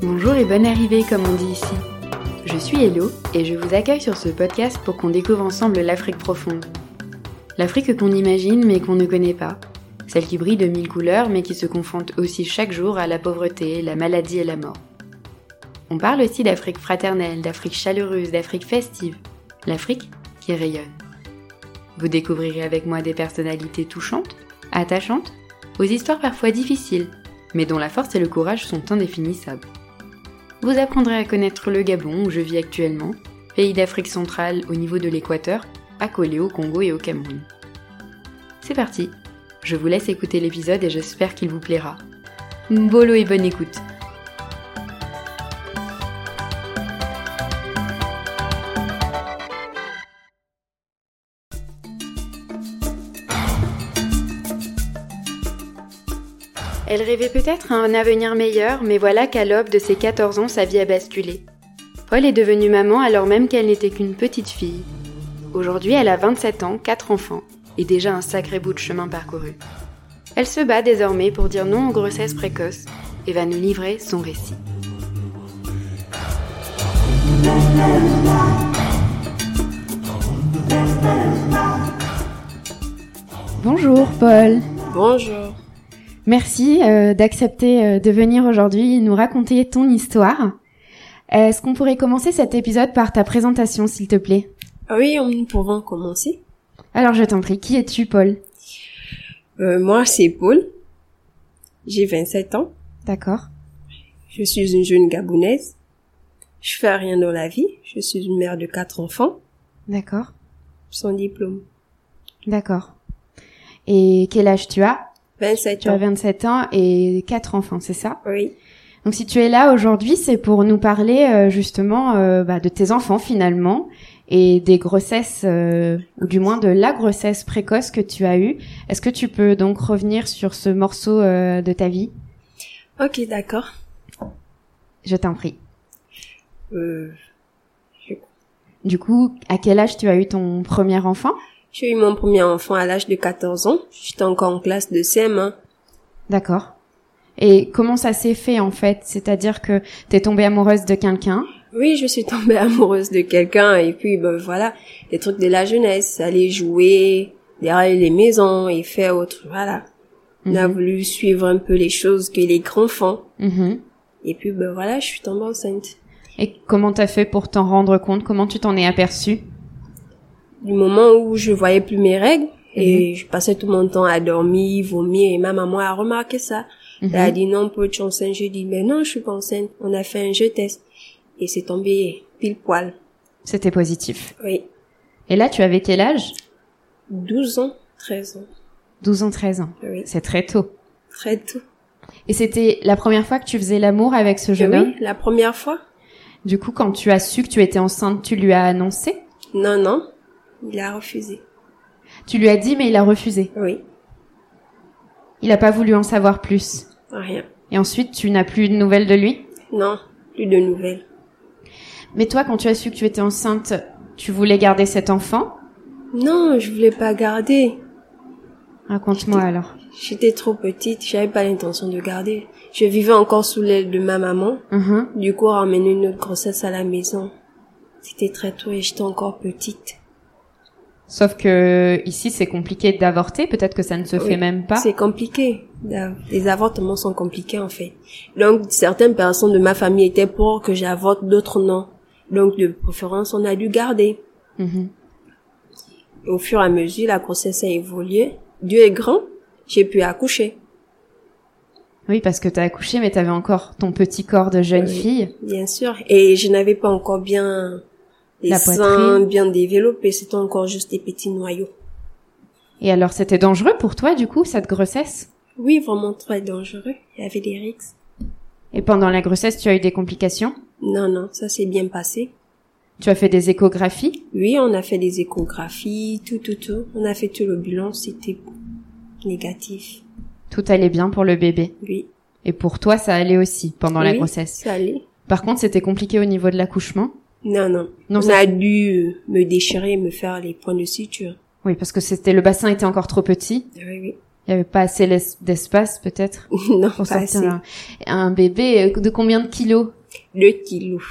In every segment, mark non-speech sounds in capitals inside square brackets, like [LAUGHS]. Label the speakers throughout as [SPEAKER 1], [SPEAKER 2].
[SPEAKER 1] Bonjour et bonne arrivée comme on dit ici. Je suis Hello et je vous accueille sur ce podcast pour qu'on découvre ensemble l'Afrique profonde. L'Afrique qu'on imagine mais qu'on ne connaît pas. Celle qui brille de mille couleurs mais qui se confronte aussi chaque jour à la pauvreté, la maladie et la mort. On parle aussi d'Afrique fraternelle, d'Afrique chaleureuse, d'Afrique festive. L'Afrique qui rayonne. Vous découvrirez avec moi des personnalités touchantes, attachantes, aux histoires parfois difficiles, mais dont la force et le courage sont indéfinissables. Vous apprendrez à connaître le Gabon où je vis actuellement, pays d'Afrique centrale au niveau de l'équateur, accolé au Congo et au Cameroun. C'est parti, je vous laisse écouter l'épisode et j'espère qu'il vous plaira. Bolo et bonne écoute Elle rêvait peut-être à un avenir meilleur, mais voilà qu'à l'aube de ses 14 ans, sa vie a basculé. Paul est devenue maman alors même qu'elle n'était qu'une petite fille. Aujourd'hui, elle a 27 ans, 4 enfants, et déjà un sacré bout de chemin parcouru. Elle se bat désormais pour dire non aux grossesses précoces et va nous livrer son récit.
[SPEAKER 2] Bonjour Paul,
[SPEAKER 3] Bonjour.
[SPEAKER 2] merci euh, d'accepter euh, de venir aujourd'hui nous raconter ton histoire. Est-ce qu'on pourrait commencer cet épisode par ta présentation s'il te plaît
[SPEAKER 3] Ah Oui, nous pouvons commencer.
[SPEAKER 2] Alors je t'en prie, qui es-tu Paul
[SPEAKER 3] Euh, moi, c'est Paul. J'ai 27 ans.
[SPEAKER 2] D'accord.
[SPEAKER 3] Je suis une jeune gabonaise. Je fais rien dans la vie. Je suis une mère de quatre enfants,
[SPEAKER 2] D'accord.
[SPEAKER 3] sans diplôme.
[SPEAKER 2] D'accord. Et quel âge tu as
[SPEAKER 3] 27
[SPEAKER 2] Tu as
[SPEAKER 3] ans.
[SPEAKER 2] 27 ans et quatre enfants, c'est ça
[SPEAKER 3] Oui.
[SPEAKER 2] Donc si tu es là aujourd'hui, c'est pour nous parler euh, justement euh, bah, de tes enfants finalement et des grossesses, euh, ou du moins de la grossesse précoce que tu as eue. Est-ce que tu peux donc revenir sur ce morceau euh, de ta vie
[SPEAKER 3] Ok, d'accord.
[SPEAKER 2] Je t'en prie.
[SPEAKER 3] Euh,
[SPEAKER 2] Du coup, à quel âge tu as eu ton premier enfant
[SPEAKER 3] j'ai eu mon premier enfant à l'âge de 14 ans. J'étais encore en classe de CM1.
[SPEAKER 2] D'accord. Et comment ça s'est fait en fait C'est-à-dire que t'es tombée amoureuse de quelqu'un
[SPEAKER 3] Oui, je suis tombée [LAUGHS] amoureuse de quelqu'un et puis ben voilà, les trucs de la jeunesse, aller jouer derrière les maisons et faire autre, voilà. On a
[SPEAKER 2] Mhm.
[SPEAKER 3] voulu suivre un peu les choses que les grands font
[SPEAKER 2] Mhm.
[SPEAKER 3] et puis ben voilà, je suis tombée enceinte.
[SPEAKER 2] Et comment t'as fait pour t'en rendre compte Comment tu t'en es aperçue
[SPEAKER 3] Du moment où je voyais plus mes règles et
[SPEAKER 2] Mhm.
[SPEAKER 3] je passais tout mon temps à dormir, vomir et ma maman a remarqué ça. Elle a
[SPEAKER 2] Mhm.
[SPEAKER 3] dit non, Paul, tu es enceinte. J'ai dit mais non, je suis pas enceinte. On a fait un jeu test et c'est tombé pile poil.
[SPEAKER 2] C'était positif.
[SPEAKER 3] Oui,
[SPEAKER 2] Et là, tu avais quel âge
[SPEAKER 3] 12 ans, 13 ans.
[SPEAKER 2] 12 ans, 13 ans.
[SPEAKER 3] Oui,
[SPEAKER 2] C'est très tôt.
[SPEAKER 3] très tôt.
[SPEAKER 2] Et c'était la première fois que tu faisais l'amour avec ce jeune homme
[SPEAKER 3] Eh Oui, la première fois.
[SPEAKER 2] Du coup, quand tu as su que tu étais enceinte, tu lui as annoncé
[SPEAKER 3] Non, non. Il a refusé.
[SPEAKER 2] Tu lui as dit, mais il a refusé.
[SPEAKER 3] Oui,
[SPEAKER 2] Il n'a pas voulu en savoir plus.
[SPEAKER 3] rien.
[SPEAKER 2] Et ensuite, tu n'as plus eu de nouvelles de lui
[SPEAKER 3] Non, plus de nouvelles.
[SPEAKER 2] Mais toi, quand tu as su que tu étais enceinte, tu voulais garder cet enfant
[SPEAKER 3] Non, je voulais pas garder.
[SPEAKER 2] Raconte-moi alors.
[SPEAKER 3] J'étais trop petite, j'avais pas l'intention de garder. Je vivais encore sous l'aile de ma maman.
[SPEAKER 2] Mhm.
[SPEAKER 3] Du coup, on a ramené une autre grossesse à la maison. C'était très tôt et j'étais encore petite.
[SPEAKER 2] Sauf que ici, c'est compliqué d'avorter. Peut-être que ça ne se
[SPEAKER 3] Oui,
[SPEAKER 2] fait même pas.
[SPEAKER 3] C'est compliqué. d'av- Les avortements sont compliqués en fait. Donc certaines personnes de ma famille étaient pour que j'avorte, d'autres non. Donc de préférence, on a dû garder.
[SPEAKER 2] Mhm.
[SPEAKER 3] Au fur et à mesure, la grossesse a évolué. Dieu est grand, j'ai pu accoucher,
[SPEAKER 2] Oui, parce que t'as accouché, mais t'avais encore ton petit corps de jeune
[SPEAKER 3] Oui.
[SPEAKER 2] fille.
[SPEAKER 3] bien sûr. Et je n'avais pas encore bien les
[SPEAKER 2] La
[SPEAKER 3] seins
[SPEAKER 2] poitrine.
[SPEAKER 3] bien développés, c'était encore juste des petits noyaux.
[SPEAKER 2] Et alors, c'était dangereux pour toi, du coup, cette grossesse
[SPEAKER 3] Oui, vraiment très dangereux. Il y avait des rixes.
[SPEAKER 2] Et pendant la grossesse, tu as eu des complications
[SPEAKER 3] Non, non, ça s'est bien passé.
[SPEAKER 2] Tu as fait des échographies
[SPEAKER 3] Oui, on a fait des échographies, tout, tout, tout. On a fait tout le bilan, c'était négatif.
[SPEAKER 2] Tout allait bien pour le bébé.
[SPEAKER 3] Oui,
[SPEAKER 2] Et pour toi, ça allait aussi pendant la
[SPEAKER 3] Oui.
[SPEAKER 2] grossesse.
[SPEAKER 3] ça allait.
[SPEAKER 2] Par contre, c'était compliqué au niveau de l'accouchement.
[SPEAKER 3] Non, non.
[SPEAKER 2] Non,
[SPEAKER 3] on
[SPEAKER 2] ça-
[SPEAKER 3] a dû me déchirer et me faire les points de suture.
[SPEAKER 2] Oui, parce que c'était le bassin était encore trop petit.
[SPEAKER 3] Oui, [LAUGHS]
[SPEAKER 2] Il n'y avait pas assez l'es- d'espace, peut-être,
[SPEAKER 3] oui. non,
[SPEAKER 2] pour
[SPEAKER 3] pas
[SPEAKER 2] sortir
[SPEAKER 3] assez.
[SPEAKER 2] un, un bébé. De euh, combien de kilos
[SPEAKER 3] 2 kilos.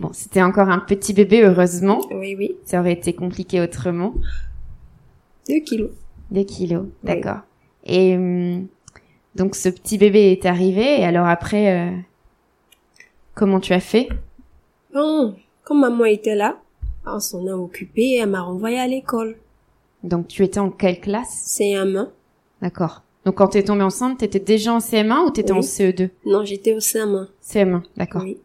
[SPEAKER 2] Bon, c'était encore un petit bébé, heureusement.
[SPEAKER 3] Oui, oui,
[SPEAKER 2] Ça aurait été compliqué autrement.
[SPEAKER 3] 2 kilos.
[SPEAKER 2] 2 kilos,
[SPEAKER 3] Oui.
[SPEAKER 2] d'accord. Et hum, donc ce petit bébé est arrivé, et alors après, euh, comment tu as fait
[SPEAKER 3] Bon, quand maman était là, on s'en a occupé et elle m'a renvoyée à l'école.
[SPEAKER 2] Donc tu étais en quelle classe
[SPEAKER 3] CM1.
[SPEAKER 2] D'accord. Donc quand t'es tombée enceinte, t'étais déjà en CM1 ou t'étais en E
[SPEAKER 3] Oui.
[SPEAKER 2] CE2
[SPEAKER 3] Non, j'étais au CM1.
[SPEAKER 2] CM1, d'accord.
[SPEAKER 3] Oui.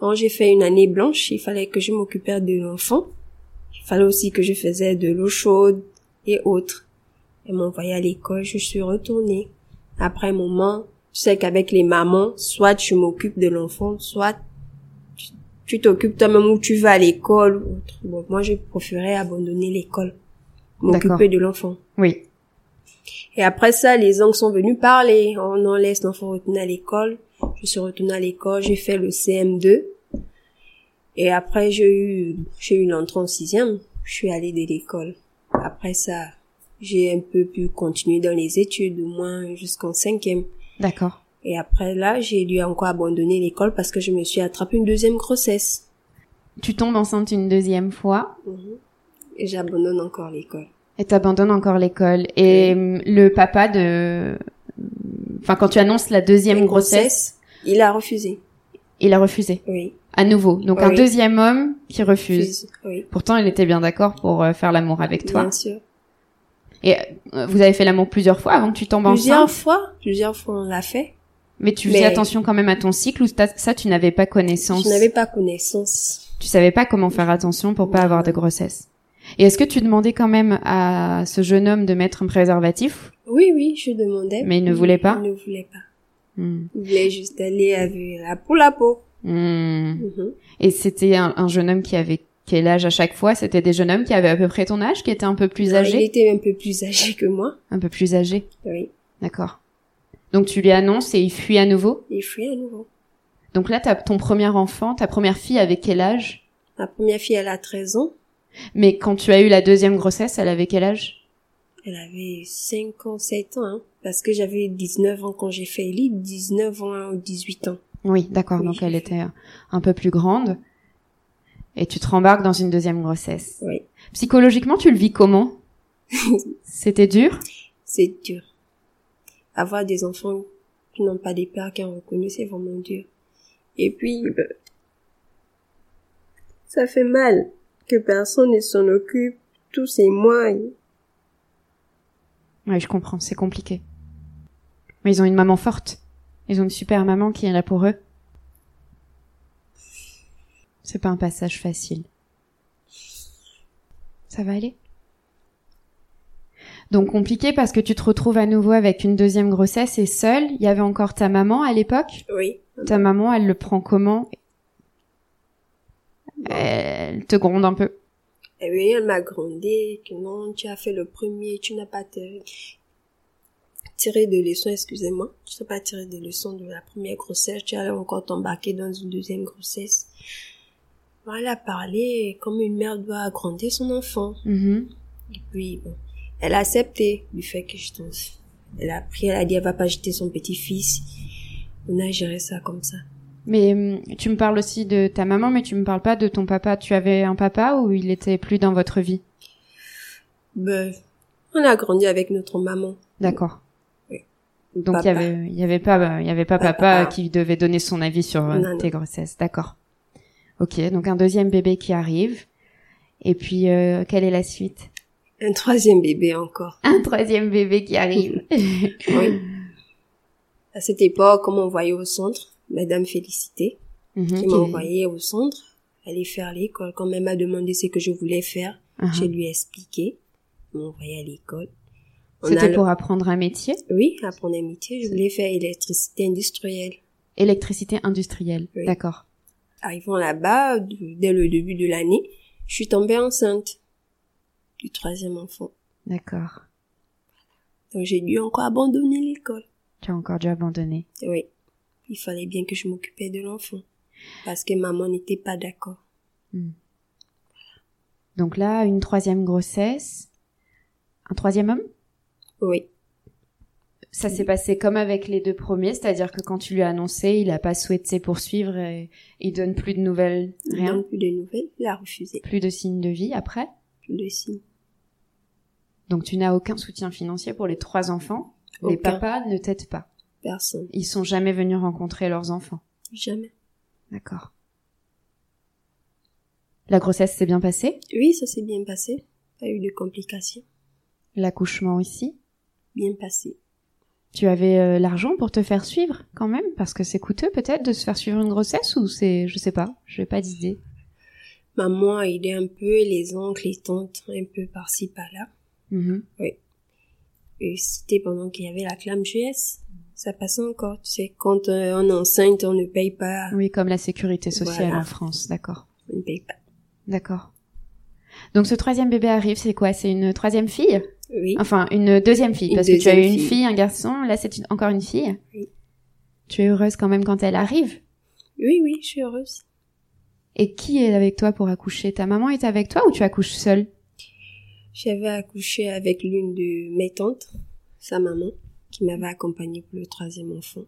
[SPEAKER 3] Bon, j'ai fait une année blanche, il fallait que je m'occupais de l'enfant. Il fallait aussi que je faisais de l'eau chaude et autres. Elle m'a envoyée à l'école, je suis retournée. Après un moment, tu sais qu'avec les mamans, soit tu m'occupes de l'enfant, soit tu- tu t'occupes toi-même ou tu vas à l'école. ou autre. Bon, moi, je préférais abandonner l'école, m'occuper
[SPEAKER 2] D'accord.
[SPEAKER 3] de l'enfant.
[SPEAKER 2] Oui.
[SPEAKER 3] Et après ça, les oncles sont venus parler. On en laisse l'enfant retourner à l'école. Je suis retournée à l'école, j'ai fait le CM2. Et après, j'ai eu, j'ai eu l'entrée en sixième. Je suis allée de l'école. Après ça, j'ai un peu pu continuer dans les études, au moins jusqu'en cinquième.
[SPEAKER 2] D'accord.
[SPEAKER 3] Et après là, j'ai dû encore abandonner l'école parce que je me suis attrapée une deuxième grossesse.
[SPEAKER 2] Tu tombes enceinte une deuxième fois,
[SPEAKER 3] Et j'abandonne encore l'école.
[SPEAKER 2] Et t'abandonnes encore l'école. Et hum, le papa de... Enfin, quand tu annonces la deuxième
[SPEAKER 3] Une
[SPEAKER 2] grossesse,
[SPEAKER 3] Il a refusé.
[SPEAKER 2] il a refusé.
[SPEAKER 3] Oui.
[SPEAKER 2] À nouveau. Donc un
[SPEAKER 3] Oui.
[SPEAKER 2] deuxième homme qui refuse.
[SPEAKER 3] Oui.
[SPEAKER 2] Pourtant, il était bien d'accord pour euh, faire l'amour avec toi.
[SPEAKER 3] Bien sûr.
[SPEAKER 2] Euh, Vous avez fait l'amour plusieurs fois avant que tu tombes
[SPEAKER 3] plusieurs
[SPEAKER 2] enceinte.
[SPEAKER 3] fois, plusieurs fois on l'a fait.
[SPEAKER 2] Mais tu faisais
[SPEAKER 3] Mais-
[SPEAKER 2] attention quand même à ton cycle ou t'as- ça, tu n'avais pas connaissance.
[SPEAKER 3] Je n'avais pas connaissance.
[SPEAKER 2] Tu savais pas comment faire attention pour pas
[SPEAKER 3] Non.
[SPEAKER 2] avoir de grossesse. Et est-ce que tu demandais quand même à ce jeune homme de mettre un préservatif
[SPEAKER 3] Oui, oui, je demandais.
[SPEAKER 2] Mais il ne voulait pas
[SPEAKER 3] Il ne voulait pas.
[SPEAKER 2] Hmm.
[SPEAKER 3] Il voulait juste aller avec la peau la peau.
[SPEAKER 2] Hmm.
[SPEAKER 3] Mhm.
[SPEAKER 2] Et c'était un, un jeune homme qui avait quel âge à chaque fois C'était des jeunes hommes qui avaient à peu près ton âge, qui étaient un peu plus
[SPEAKER 3] Il
[SPEAKER 2] âgés
[SPEAKER 3] était un peu plus âgé que moi.
[SPEAKER 2] Un peu plus âgés,
[SPEAKER 3] Oui.
[SPEAKER 2] d'accord. Donc tu lui annonces et il fuit à nouveau.
[SPEAKER 3] Il fuit à nouveau.
[SPEAKER 2] Donc là, t'as ton premier enfant, ta première fille avec quel âge
[SPEAKER 3] Ma première fille, elle a 13 ans.
[SPEAKER 2] Mais quand tu as eu la deuxième grossesse, elle avait quel âge
[SPEAKER 3] Elle avait 5 ans, 7 ans, hein. Parce que j'avais 19 ans quand j'ai fait Ellie, 19 ans hein, ou 18 ans.
[SPEAKER 2] Oui, d'accord,
[SPEAKER 3] Oui,
[SPEAKER 2] donc
[SPEAKER 3] j'ai
[SPEAKER 2] elle
[SPEAKER 3] fait.
[SPEAKER 2] était euh, un peu plus grande. Et tu te rembarques dans une deuxième grossesse.
[SPEAKER 3] Oui.
[SPEAKER 2] Psychologiquement, tu le vis comment [LAUGHS] C'était dur
[SPEAKER 3] C'est dur. Avoir des enfants qui n'ont pas des pères qui ont reconnu, c'est vraiment dur. Et puis, ben, ça fait mal que personne ne s'en occupe, tout s'éloigne.
[SPEAKER 2] Ouais, je comprends, c'est compliqué. Mais ils ont une maman forte. Ils ont une super maman qui est là pour eux. C'est pas un passage facile. Ça va aller Donc compliqué parce que tu te retrouves à nouveau avec une deuxième grossesse et seule. Il y avait encore ta maman à l'époque.
[SPEAKER 3] Oui.
[SPEAKER 2] Ta maman, elle le prend comment Elle te gronde un peu.
[SPEAKER 3] Et oui, Eh elle m'a grondé, que non, tu as fait le premier, tu n'as pas tiré, tiré de leçon, excusez-moi. Tu n'as pas tiré de leçon de la première grossesse, tu allais encore t'embarquer dans une deuxième grossesse. Voilà, parler comme une mère doit agrandir son enfant.
[SPEAKER 2] Mhm.
[SPEAKER 3] Et puis, bon, elle a accepté du fait que je danse. Elle a pris, elle a dit, elle va pas jeter son petit-fils. On a géré ça comme ça.
[SPEAKER 2] Mais hum, tu me parles aussi de ta maman, mais tu me parles pas de ton papa. Tu avais un papa ou il était plus dans votre vie
[SPEAKER 3] Ben, on a grandi avec notre maman.
[SPEAKER 2] D'accord.
[SPEAKER 3] le
[SPEAKER 2] Donc il y
[SPEAKER 3] papa.
[SPEAKER 2] avait, il y avait pas, il y avait pas papa,
[SPEAKER 3] Papa.
[SPEAKER 2] qui devait donner son avis sur euh,
[SPEAKER 3] Non, non.
[SPEAKER 2] tes grossesses. D'accord. Ok. Donc un deuxième bébé qui arrive. Et puis euh, quelle est la suite [LAUGHS]
[SPEAKER 3] Un troisième bébé encore.
[SPEAKER 2] Un troisième bébé qui
[SPEAKER 3] [LAUGHS]
[SPEAKER 2] arrive.
[SPEAKER 3] Oui. À cette époque, comme on voyait au centre, Madame Félicité,
[SPEAKER 2] Mhm,
[SPEAKER 3] qui
[SPEAKER 2] qui-
[SPEAKER 3] m'a envoyée au centre, aller faire l'école. Quand elle m'a demandé ce que je voulais faire,
[SPEAKER 2] Ah,
[SPEAKER 3] je lui ai expliqué. Elle m'a envoyée à l'école. On
[SPEAKER 2] C'était
[SPEAKER 3] a-
[SPEAKER 2] pour apprendre un métier,
[SPEAKER 3] Oui, apprendre un métier. Je voulais faire électricité industrielle.
[SPEAKER 2] électricité industrielle.
[SPEAKER 3] Oui.
[SPEAKER 2] D'accord.
[SPEAKER 3] Arrivant là-bas, de- dès le début de l'année, je suis tombée enceinte du troisième enfant.
[SPEAKER 2] D'accord.
[SPEAKER 3] Donc j'ai dû encore abandonner l'école.
[SPEAKER 2] Tu as encore dû abandonner.
[SPEAKER 3] Oui, il fallait bien que je m'occupais de l'enfant. Parce que maman n'était pas d'accord.
[SPEAKER 2] Donc là, une troisième grossesse, un troisième homme.
[SPEAKER 3] Oui,
[SPEAKER 2] Ça s'est passé comme avec les deux premiers, c'est-à-dire que quand tu lui as annoncé, il a pas souhaité poursuivre et il donne plus de nouvelles,
[SPEAKER 3] Il
[SPEAKER 2] rien,
[SPEAKER 3] donne plus de nouvelles, il a refusé.
[SPEAKER 2] plus de signes de vie après.
[SPEAKER 3] Plus de signes.
[SPEAKER 2] Donc tu n'as aucun soutien financier pour les trois enfants. Les
[SPEAKER 3] Aucun.
[SPEAKER 2] papas ne t'aident pas.
[SPEAKER 3] Personne.
[SPEAKER 2] Ils sont jamais venus rencontrer leurs enfants.
[SPEAKER 3] Jamais.
[SPEAKER 2] D'accord. La grossesse s'est bien passée,
[SPEAKER 3] Oui, ça s'est bien passé. Pas eu de complications.
[SPEAKER 2] l'accouchement ici.
[SPEAKER 3] Bien passé.
[SPEAKER 2] Tu avais euh, l'argent pour te faire suivre quand même parce que c'est coûteux peut-être de se faire suivre une grossesse ou c'est je sais pas, j'ai pas d'idée.
[SPEAKER 3] Maman a aidé un peu, et les oncles, les tantes, un peu par-ci, par-là.
[SPEAKER 2] Mhm.
[SPEAKER 3] Et c'était pendant qu'il y avait la clame GS. Ça passait encore. Tu sais, quand euh, on est enceinte, on ne paye pas.
[SPEAKER 2] Oui, comme la sécurité sociale
[SPEAKER 3] Voilà.
[SPEAKER 2] en France, d'accord.
[SPEAKER 3] On ne paye pas.
[SPEAKER 2] D'accord. Donc ce troisième bébé arrive, c'est quoi C'est une troisième fille
[SPEAKER 3] Oui.
[SPEAKER 2] Enfin, une deuxième fille,
[SPEAKER 3] Une
[SPEAKER 2] parce que tu as eu
[SPEAKER 3] deuxième
[SPEAKER 2] une
[SPEAKER 3] fille.
[SPEAKER 2] fille, un garçon, là c'est une- encore une fille.
[SPEAKER 3] Oui.
[SPEAKER 2] Tu es heureuse quand même quand elle arrive.
[SPEAKER 3] Oui, oui, je suis heureuse.
[SPEAKER 2] Et qui est avec toi pour accoucher Ta maman est avec toi ou tu accouches seule
[SPEAKER 3] J'avais accouché avec l'une de mes tantes, sa maman, qui m'avait accompagnée pour le troisième enfant.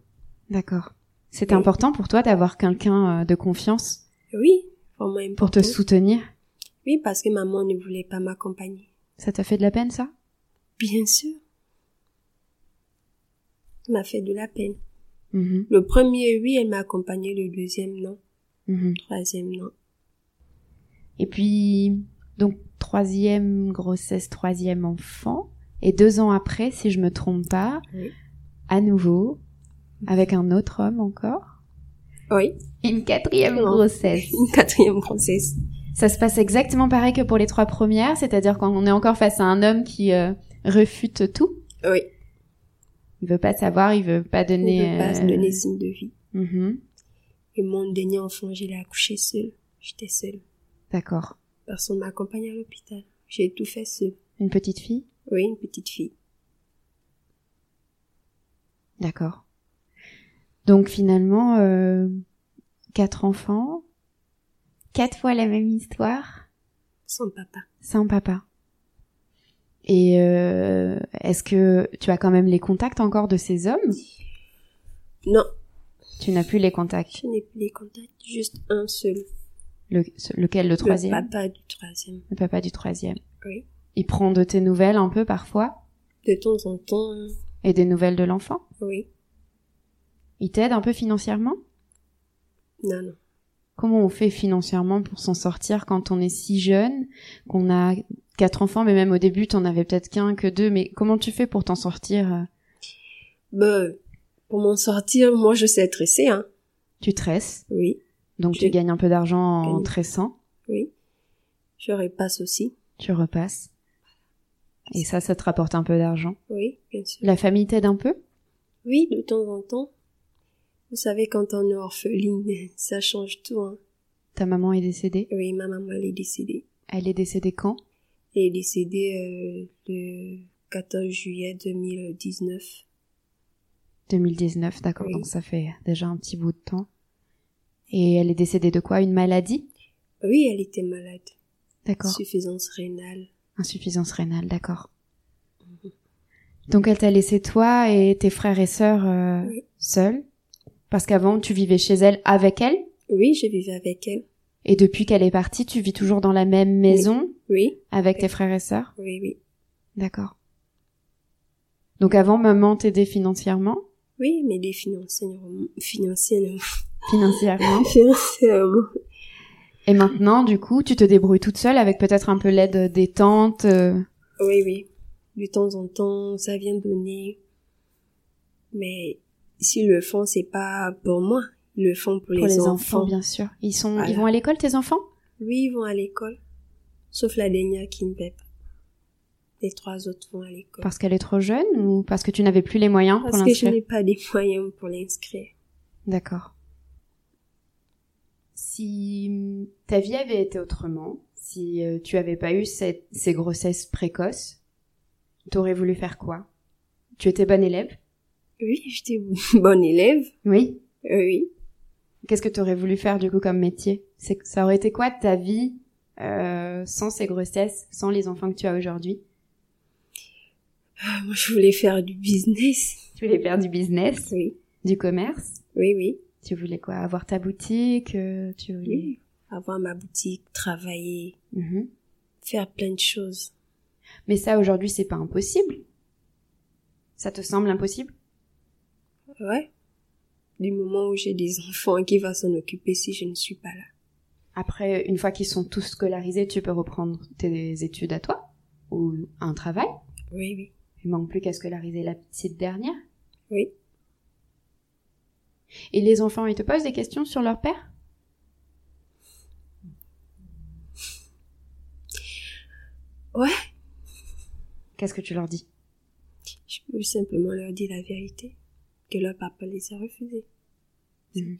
[SPEAKER 2] D'accord. C'était
[SPEAKER 3] Oui.
[SPEAKER 2] important pour toi d'avoir quelqu'un euh, de confiance
[SPEAKER 3] Oui, pour moi important.
[SPEAKER 2] pour te soutenir.
[SPEAKER 3] Oui, parce que maman ne voulait pas m'accompagner.
[SPEAKER 2] Ça t'a fait de la peine ça
[SPEAKER 3] Bien sûr. Ça m'a fait de la peine.
[SPEAKER 2] Mhm,
[SPEAKER 3] Le premier, oui, elle m'a accompagnée. Le deuxième, non.
[SPEAKER 2] mhm.
[SPEAKER 3] Le troisième, non.
[SPEAKER 2] Et puis, donc, troisième grossesse, troisième enfant. Et deux ans après, si je me trompe pas,
[SPEAKER 3] Oui.
[SPEAKER 2] à nouveau, avec un autre homme encore,
[SPEAKER 3] Oui,
[SPEAKER 2] une quatrième
[SPEAKER 3] Non.
[SPEAKER 2] grossesse.
[SPEAKER 3] une quatrième grossesse.
[SPEAKER 2] Ça se passe exactement pareil que pour les trois premières, c'est-à-dire quand on est encore face à un homme qui euh, refute tout.
[SPEAKER 3] Oui,
[SPEAKER 2] Il veut pas savoir, il veut pas
[SPEAKER 3] on ne
[SPEAKER 2] donner.
[SPEAKER 3] peut pas se
[SPEAKER 2] euh,
[SPEAKER 3] donner signe de vie.
[SPEAKER 2] mhm,
[SPEAKER 3] Et mon dernier enfant, je l'ai accouché seule. J'étais seule.
[SPEAKER 2] D'accord.
[SPEAKER 3] Personne m'a accompagnée à l'hôpital. J'ai tout fait seule.
[SPEAKER 2] Une petite fille.
[SPEAKER 3] Oui, une petite fille.
[SPEAKER 2] D'accord. Donc finalement, euh, quatre enfants, quatre fois la même histoire,
[SPEAKER 3] Sans papa.
[SPEAKER 2] sans papa. Et euh, est-ce que tu as quand même les contacts encore de ces hommes
[SPEAKER 3] Non,
[SPEAKER 2] Tu n'as plus les contacts.
[SPEAKER 3] je n'ai plus les contacts. Juste un seul.
[SPEAKER 2] Le- ce- lequel Le troisième
[SPEAKER 3] Le papa du troisième.
[SPEAKER 2] Le papa du troisième.
[SPEAKER 3] Oui.
[SPEAKER 2] Il prend de tes nouvelles un peu parfois
[SPEAKER 3] De temps en temps, hein.
[SPEAKER 2] et des nouvelles de l'enfant.
[SPEAKER 3] oui.
[SPEAKER 2] Il t'aide un peu financièrement
[SPEAKER 3] Non, non.
[SPEAKER 2] Comment on fait financièrement pour s'en sortir quand on est si jeune, qu'on a quatre enfants, mais même au début, t'en avais peut-être qu'un, que deux, mais comment tu fais pour t'en sortir euh
[SPEAKER 3] Ben, pour m'en sortir, moi, je sais tresser, hein.
[SPEAKER 2] Tu tresses,
[SPEAKER 3] Oui,
[SPEAKER 2] donc tu
[SPEAKER 3] J'ai-
[SPEAKER 2] gagnes un peu d'argent en
[SPEAKER 3] Gagné.
[SPEAKER 2] tressant,
[SPEAKER 3] oui. Je repasse aussi.
[SPEAKER 2] tu repasses. Et ça, ça te rapporte un peu d'argent.
[SPEAKER 3] Oui, bien sûr.
[SPEAKER 2] La famille t'aide un peu
[SPEAKER 3] Oui, de temps en temps. Vous savez, quand on est orpheline, [LAUGHS] ça change tout, hein.
[SPEAKER 2] Ta maman est décédée
[SPEAKER 3] Oui, ma maman, elle est décédée.
[SPEAKER 2] Elle est décédée quand
[SPEAKER 3] Elle est décédée euh, le 14 juillet 2019.
[SPEAKER 2] 2019, d'accord,
[SPEAKER 3] Oui.
[SPEAKER 2] donc ça fait déjà un petit bout de temps. Et elle est décédée de quoi Une maladie
[SPEAKER 3] Oui, elle était malade.
[SPEAKER 2] D'accord.
[SPEAKER 3] Insuffisance rénale.
[SPEAKER 2] Insuffisance rénale, d'accord.
[SPEAKER 3] Mhm.
[SPEAKER 2] Donc elle t'a laissé toi et tes frères et sœurs euh,
[SPEAKER 3] Oui.
[SPEAKER 2] seuls Parce qu'avant tu vivais chez elle avec elle
[SPEAKER 3] Oui, je vivais avec elle.
[SPEAKER 2] et depuis qu'elle est partie tu vis toujours dans la même maison
[SPEAKER 3] Oui,
[SPEAKER 2] avec
[SPEAKER 3] Oui.
[SPEAKER 2] tes frères et sœurs
[SPEAKER 3] oui, oui.
[SPEAKER 2] D'accord. Donc avant maman t'aidait financièrement
[SPEAKER 3] Oui, mais des financièrement. Financièrement. [LAUGHS]
[SPEAKER 2] Financièrement.
[SPEAKER 3] financièrement.
[SPEAKER 2] et maintenant du coup tu te débrouilles toute seule avec peut-être un peu l'aide des tantes euh,
[SPEAKER 3] Oui, oui. De temps en temps, ça vient donner. Mais s'ils le font, c'est pas pour moi. Ils le font pour,
[SPEAKER 2] pour les, enfants. bien sûr. Ils sont
[SPEAKER 3] Voilà.
[SPEAKER 2] ils vont à l'école tes enfants
[SPEAKER 3] Oui, ils vont à l'école. Sauf la dernière qui ne paie pas. Les trois autres vont à l'école.
[SPEAKER 2] Parce qu'elle est trop jeune ou parce que tu n'avais plus les moyens pour
[SPEAKER 3] Parce que je
[SPEAKER 2] l'inscrire
[SPEAKER 3] n'ai pas les moyens pour l'inscrire.
[SPEAKER 2] D'accord. Si hum, ta vie avait été autrement, si euh, tu avais pas eu cette- ces grossesses précoces, t'aurais voulu faire quoi Tu étais bonne élève
[SPEAKER 3] Oui, j'étais [LAUGHS] bonne élève.
[SPEAKER 2] Oui.
[SPEAKER 3] Euh, oui.
[SPEAKER 2] Qu'est-ce que t'aurais voulu faire du coup comme métier C'est que ça aurait été quoi ta vie euh, sans ces grossesses, sans les enfants que tu as aujourd'hui
[SPEAKER 3] Euh, moi, je voulais faire du business.
[SPEAKER 2] Tu voulais faire du business,
[SPEAKER 3] Oui,
[SPEAKER 2] du commerce.
[SPEAKER 3] oui, oui.
[SPEAKER 2] Tu voulais quoi Avoir ta boutique euh, Tu voulais.
[SPEAKER 3] Avoir ma boutique, travailler,
[SPEAKER 2] Mhm.
[SPEAKER 3] faire plein de choses.
[SPEAKER 2] Mais ça, aujourd'hui, c'est pas impossible. Ça te semble impossible
[SPEAKER 3] Ouais. Du moment où j'ai des enfants, qui va s'en occuper si je ne suis pas là
[SPEAKER 2] Après, une fois qu'ils sont tous scolarisés, tu peux reprendre tes études à toi ou un travail.
[SPEAKER 3] Oui, oui.
[SPEAKER 2] Il manque plus qu'à scolariser la petite dernière.
[SPEAKER 3] Oui.
[SPEAKER 2] Et les enfants, ils te posent des questions sur leur père
[SPEAKER 3] Ouais.
[SPEAKER 2] Qu'est-ce que tu leur dis
[SPEAKER 3] Je peux simplement leur dire la vérité. Que leur papa les a refusés.
[SPEAKER 2] Mhm.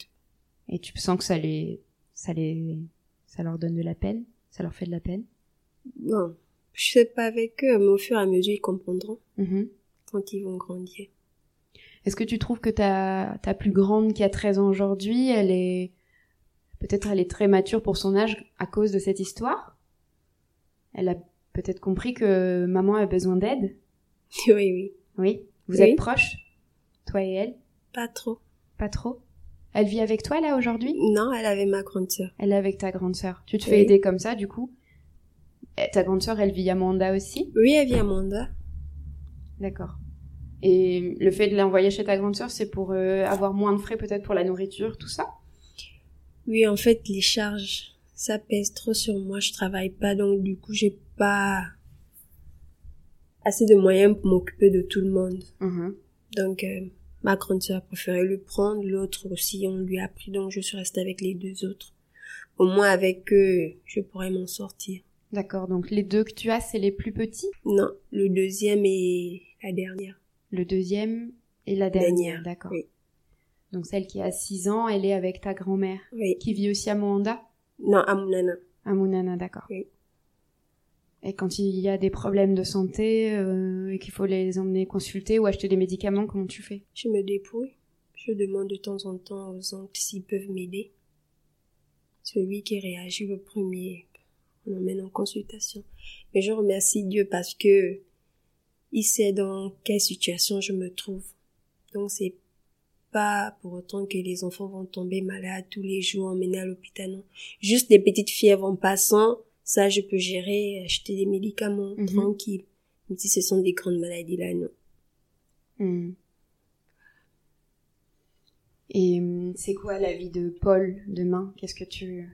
[SPEAKER 2] Et tu sens que ça les, ça les, ça leur donne de la peine, ça leur fait de la peine.
[SPEAKER 3] Bon. Je sais pas avec eux, mais au fur et à mesure, ils comprendront
[SPEAKER 2] Mhm.
[SPEAKER 3] quand ils vont grandir. [LAUGHS]
[SPEAKER 2] Est-ce que tu trouves que ta, ta plus grande qui a 13 ans aujourd'hui, elle est peut-être elle est très mature pour son âge à cause de cette histoire Elle a peut-être compris que maman a besoin d'aide
[SPEAKER 3] Oui, oui.
[SPEAKER 2] Oui. Vous
[SPEAKER 3] Oui.
[SPEAKER 2] êtes proches Toi et elle
[SPEAKER 3] Pas trop.
[SPEAKER 2] Pas trop Elle vit avec toi là aujourd'hui
[SPEAKER 3] Non, elle avait ma grande sœur.
[SPEAKER 2] Elle est avec ta grande sœur. Tu te
[SPEAKER 3] Oui.
[SPEAKER 2] fais aider comme ça du coup Eh, Ta grande sœur, elle vit à Manda aussi
[SPEAKER 3] Oui, elle vit à Manda.
[SPEAKER 2] D'accord. Et le fait de l'envoyer chez ta grande sœur, c'est pour euh, avoir moins de frais peut-être pour la nourriture, tout ça
[SPEAKER 3] Oui, en fait, les charges, ça pèse trop sur moi. Je travaille pas, donc du coup, j'ai pas assez de moyens pour m'occuper de tout le monde.
[SPEAKER 2] Mhm.
[SPEAKER 3] Donc, euh, ma grande sœur a préféré le prendre, l'autre aussi, on lui a pris, donc je suis restée avec les deux autres. Au moins, avec eux, je pourrais m'en sortir.
[SPEAKER 2] D'accord, donc les deux que tu as, c'est les plus petits
[SPEAKER 3] Non, le deuxième et la dernière.
[SPEAKER 2] Le deuxième et la dernière,
[SPEAKER 3] Dernière,
[SPEAKER 2] d'accord.
[SPEAKER 3] oui.
[SPEAKER 2] Donc celle qui a 6 ans, elle est avec ta grand-mère,
[SPEAKER 3] Oui.
[SPEAKER 2] qui vit aussi à Moanda,
[SPEAKER 3] Non, à mon nana.
[SPEAKER 2] à Mounana, d'accord.
[SPEAKER 3] Oui.
[SPEAKER 2] Et quand il y a des problèmes de santé euh, et qu'il faut les emmener consulter ou acheter des médicaments, comment tu fais
[SPEAKER 3] Je me débrouille. Je demande de temps en temps aux oncles s'ils peuvent m'aider. Celui qui réagit le premier, on l'emmène en consultation. Mais je remercie Dieu parce que il sait dans quelle situation je me trouve. Donc c'est pas pour autant que les enfants vont tomber malades tous les jours, emmenés à l'hôpital, non. Juste des petites fièvres en passant, ça je peux gérer, acheter des médicaments,
[SPEAKER 2] Mhm.
[SPEAKER 3] tranquille. Même si ce sont des grandes maladies là, non.
[SPEAKER 2] Hmm. Et hum, c'est quoi la vie de Paul demain Qu'est-ce que tu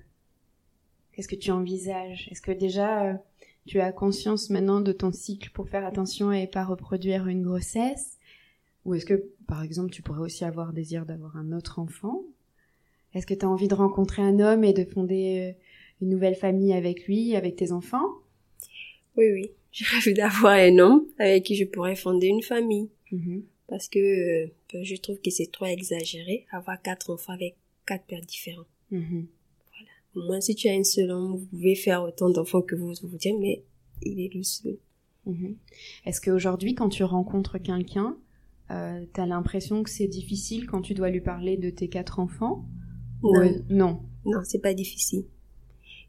[SPEAKER 2] qu'est-ce que tu envisages Est-ce que déjà euh, tu as conscience maintenant de ton cycle pour faire attention et pas reproduire une grossesse Ou est-ce que par exemple tu pourrais aussi avoir désir d'avoir un autre enfant Est-ce que tu as envie de rencontrer un homme et de fonder euh, une nouvelle famille avec lui, avec tes enfants
[SPEAKER 3] Oui, oui. [LAUGHS] Je rêve d'avoir un homme avec qui je pourrais fonder une famille.
[SPEAKER 2] Mhm.
[SPEAKER 3] Parce que euh, ben, je trouve que c'est trop exagéré avoir quatre enfants avec quatre pères différents.
[SPEAKER 2] Mhm.
[SPEAKER 3] Au moins, si tu as un seul homme, vous pouvez faire autant d'enfants que vous voulez, mais il est le seul.
[SPEAKER 2] Mhm. Est-ce qu'aujourd'hui, quand tu rencontres quelqu'un, euh, t'as l'impression que c'est difficile quand tu dois lui parler de tes quatre enfants Ou,
[SPEAKER 3] Non,
[SPEAKER 2] euh, non.
[SPEAKER 3] non, c'est pas difficile.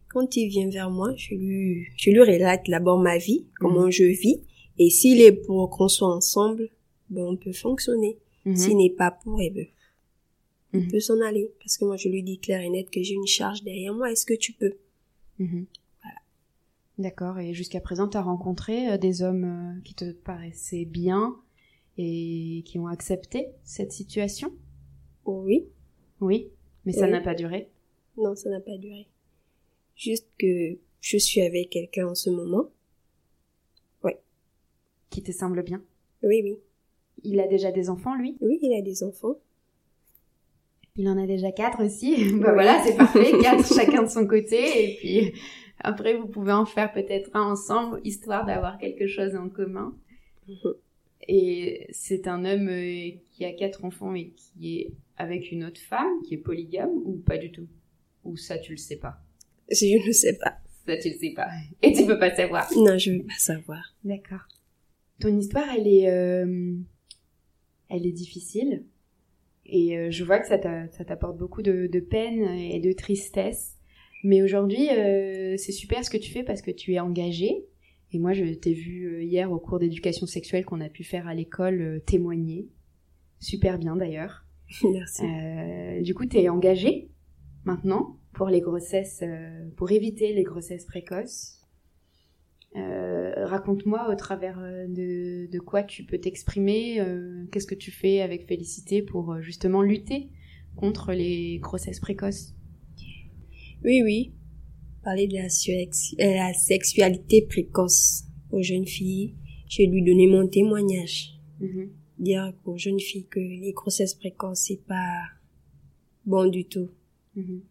[SPEAKER 3] Quand il vient vers moi, je lui, je lui relate d'abord ma vie, comment je vis, et s'il est pour qu'on soit ensemble, ben on peut fonctionner.
[SPEAKER 2] Mhm.
[SPEAKER 3] S'il n'est pas pour, eh ben, il
[SPEAKER 2] Mhm.
[SPEAKER 3] peut s'en aller. Parce que moi, je lui dis clair et net que j'ai une charge derrière moi. Est-ce que tu peux
[SPEAKER 2] Mhm. D'accord. Et jusqu'à présent, t'as rencontré euh, des hommes euh, qui te paraissaient bien et qui ont accepté cette situation
[SPEAKER 3] Oh Oui.
[SPEAKER 2] Oui. Mais ça
[SPEAKER 3] Oui.
[SPEAKER 2] n'a pas duré.
[SPEAKER 3] Non, ça n'a pas duré. Juste que je suis avec quelqu'un en ce moment.
[SPEAKER 2] Qui te semble bien.
[SPEAKER 3] Oui, oui.
[SPEAKER 2] Il a déjà des enfants, lui
[SPEAKER 3] Oui, il a des enfants.
[SPEAKER 2] Il en a déjà quatre aussi. bah voilà, c'est parfait. Quatre chacun de son côté. Et puis après, vous pouvez en faire peut-être un ensemble, histoire d'avoir quelque chose en commun.
[SPEAKER 3] Mhm.
[SPEAKER 2] Et c'est un homme euh, qui a quatre enfants et qui est avec une autre femme, qui est polygame ou pas du tout Ou ça, tu le sais pas
[SPEAKER 3] Je ne sais pas.
[SPEAKER 2] Ça, tu le sais pas. Et tu peux pas savoir.
[SPEAKER 3] Non, je veux pas savoir. [LAUGHS]
[SPEAKER 2] D'accord. Ton histoire, elle est, euh, elle est difficile. Et euh, je vois que ça t'a- ça t'apporte beaucoup de, de peine et de tristesse. Mais aujourd'hui, euh, c'est super ce que tu fais parce que tu es engagée Et moi, je t'ai vu euh, hier au cours d'éducation sexuelle qu'on a pu faire à l'école euh, témoigner. Super bien d'ailleurs.
[SPEAKER 3] Merci.
[SPEAKER 2] Euh, du coup, t'es engagée maintenant pour les grossesses, euh, pour éviter les grossesses précoces. Euh, Raconte-moi au travers euh, de, de quoi tu peux t'exprimer. euh, Qu'est-ce que tu fais avec Félicité pour euh, justement lutter contre les grossesses précoces
[SPEAKER 3] Oui, oui. Parler de la, suex- euh, la sexualité précoce aux jeunes filles. J'ai lui donné mon témoignage.
[SPEAKER 2] Mhm.
[SPEAKER 3] Dire aux jeunes filles que les grossesses précoces, c'est pas bon du tout.
[SPEAKER 2] Mhm.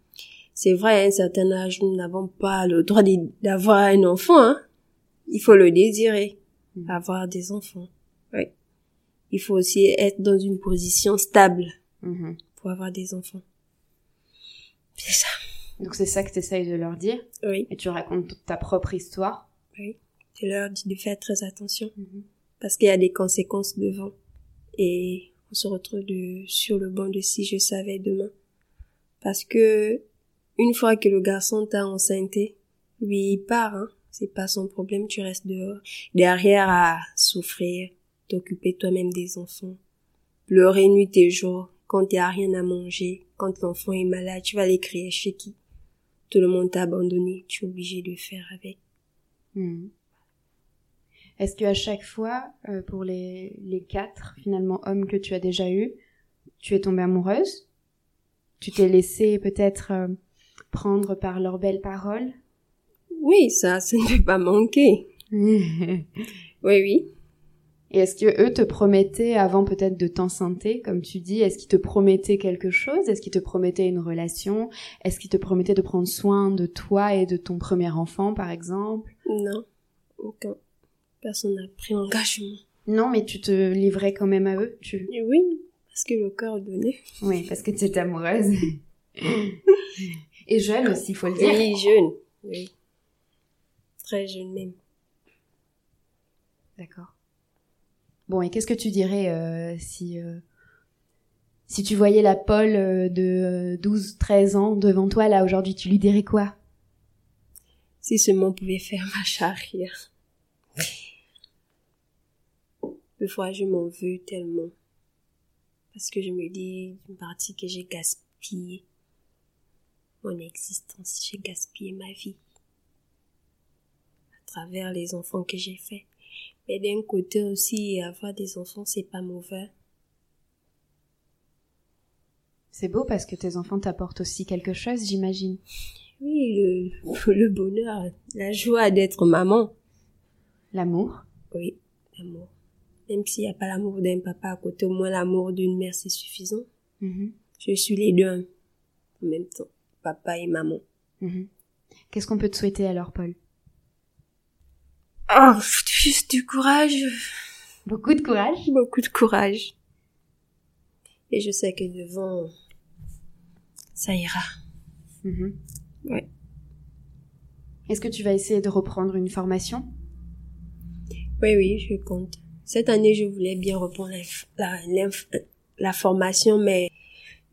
[SPEAKER 3] C'est vrai, à un certain âge, nous n'avons pas le droit d'y- d'avoir un enfant. hein. Il faut le désirer,
[SPEAKER 2] Mm.
[SPEAKER 3] avoir des enfants. Oui. Il faut aussi être dans une position stable
[SPEAKER 2] Mhm.
[SPEAKER 3] pour avoir des enfants. C'est ça.
[SPEAKER 2] Donc c'est ça que t'essayes de leur dire.
[SPEAKER 3] Oui.
[SPEAKER 2] Et tu racontes toute ta propre histoire.
[SPEAKER 3] Je leur dis de faire très attention parce qu'il y a des conséquences devant. Et on se retrouve de, sur le banc de si je savais demain. Parce que une fois que le garçon t'a enceinté, lui il part, hein. C'est pas son problème, tu restes dehors. Derrière à souffrir, t'occuper toi-même des enfants. Pleurer nuit et jour, quand t'as rien à manger, quand l'enfant est malade, tu vas les crier chez qui? Tout le monde t'a abandonné, tu es obligé de faire avec.
[SPEAKER 2] Mhm. Est-ce que à chaque fois, euh, pour les, les quatre finalement hommes que tu as déjà eus, tu es tombée amoureuse Tu t'es laissée peut-être euh, prendre par leurs belles [LAUGHS] paroles
[SPEAKER 3] Oui, ça, ça ne peut pas manquer.
[SPEAKER 2] Et
[SPEAKER 3] Oui, oui.
[SPEAKER 2] est-ce que eux te promettaient avant peut-être de t'enceinter, comme tu dis, est-ce qu'ils te promettaient quelque chose Est-ce qu'ils te promettaient une relation Est-ce qu'ils te promettaient de prendre soin de toi et de ton premier enfant, par exemple
[SPEAKER 3] Non, aucun. Personne n'a pris engagement.
[SPEAKER 2] Non, mais tu te livrais quand même à eux, tu.
[SPEAKER 3] Et oui, parce que le corps donnait.
[SPEAKER 2] Oui, parce que tu étais amoureuse. [LAUGHS] Et jeune aussi, faut le dire.
[SPEAKER 3] Oui, jeune. Oui. Très jeune même.
[SPEAKER 2] D'accord. Bon, et qu'est-ce que tu dirais euh, si euh, si tu voyais la Paul euh, de 12-13 ans devant toi là aujourd'hui, tu lui dirais quoi
[SPEAKER 3] Si seulement on pouvait faire marche arrière. Des fois, je m'en veux tellement. Parce que je me dis une partie que j'ai gaspillé. Mon existence, j'ai gaspillé ma vie. À travers les enfants que j'ai faits. Mais d'un côté aussi, avoir des enfants, c'est pas mauvais.
[SPEAKER 2] C'est beau parce que tes enfants t'apportent aussi quelque chose, j'imagine.
[SPEAKER 3] Oui, le, [LAUGHS] le bonheur, la joie d'être maman.
[SPEAKER 2] L'amour.
[SPEAKER 3] Oui, l'amour. Même s'il n'y a pas l'amour d'un papa à côté, au moins l'amour d'une mère, c'est suffisant.
[SPEAKER 2] Mhm,
[SPEAKER 3] Je suis les deux hein. en même temps, papa et maman.
[SPEAKER 2] mhm. Qu'est-ce qu'on peut te souhaiter alors, Paul
[SPEAKER 3] Oh, juste du courage,
[SPEAKER 2] Beaucoup de courage.
[SPEAKER 3] beaucoup de courage. Et je sais que devant, ça ira.
[SPEAKER 2] Mhm.
[SPEAKER 3] Ouais.
[SPEAKER 2] Est-ce que tu vas essayer de reprendre une formation
[SPEAKER 3] Oui, oui, je compte. Cette année, je voulais bien reprendre la, la, l'inf- euh, la formation, mais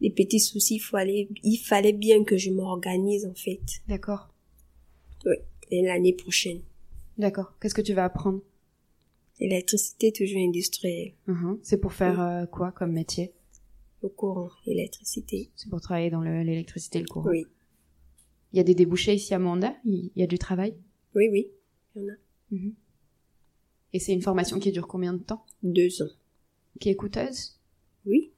[SPEAKER 3] les petits soucis, il fallait, il fallait bien que je m'organise en fait.
[SPEAKER 2] D'accord.
[SPEAKER 3] Et l'année prochaine.
[SPEAKER 2] D'accord. Qu'est-ce que tu vas apprendre
[SPEAKER 3] Électricité toujours industrielle.
[SPEAKER 2] Mhm. C'est pour faire euh, quoi comme métier
[SPEAKER 3] Le courant, l'électricité.
[SPEAKER 2] C'est pour travailler dans le- l'électricité et le courant.
[SPEAKER 3] Oui.
[SPEAKER 2] Il y a des débouchés ici à Manda Il il y a du travail
[SPEAKER 3] Oui, oui. Il y en a
[SPEAKER 2] Mhm. Et c'est une formation qui dure combien de temps
[SPEAKER 3] deux ans.
[SPEAKER 2] Qui est coûteuse
[SPEAKER 3] Oui.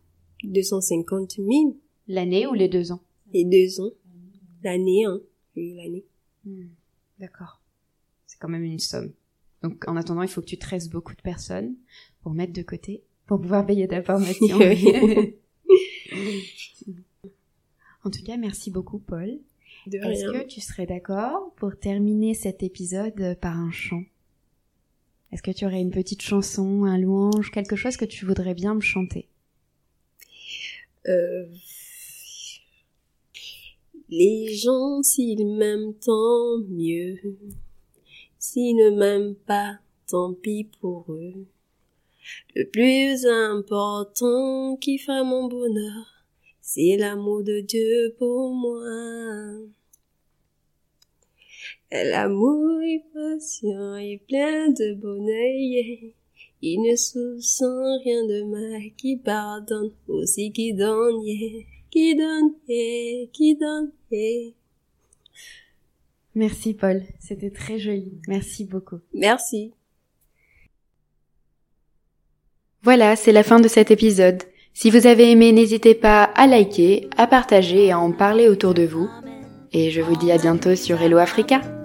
[SPEAKER 3] 250 000.
[SPEAKER 2] L'année ou les deux ans
[SPEAKER 3] Les deux ans. L'année, hein. Oui, l'année.
[SPEAKER 2] Hmm. D'accord. C'est quand même une somme. Donc en attendant, il faut que tu tresses beaucoup de personnes pour mettre de côté, pour pouvoir payer ta [LAUGHS] formation. en tout cas, merci beaucoup Paul.
[SPEAKER 3] De
[SPEAKER 2] Est-ce
[SPEAKER 3] rien.
[SPEAKER 2] que tu serais d'accord pour terminer cet épisode euh, par un chant Est-ce que tu aurais une petite chanson, un louange, quelque chose que tu voudrais bien me chanter
[SPEAKER 3] Euh, Les gens, s'ils m'aiment, tant mieux. S'ils ne m'aiment pas, tant pis pour eux. Le plus important qui fera mon bonheur, c'est l'amour de Dieu pour moi. L'amour est patient et plein de bonheur. Il ne soupçonne rien de mal, qui pardonne, aussi qui donne, yeah. qui donne, yeah, qui donne. yeah.
[SPEAKER 4] Merci Paul, c'était très joli. Merci beaucoup.
[SPEAKER 3] Merci.
[SPEAKER 2] Voilà, c'est la fin de cet épisode. Si vous avez aimé, n'hésitez pas à liker, à partager et à en parler autour de vous. Et je vous dis à bientôt sur Hello Africa.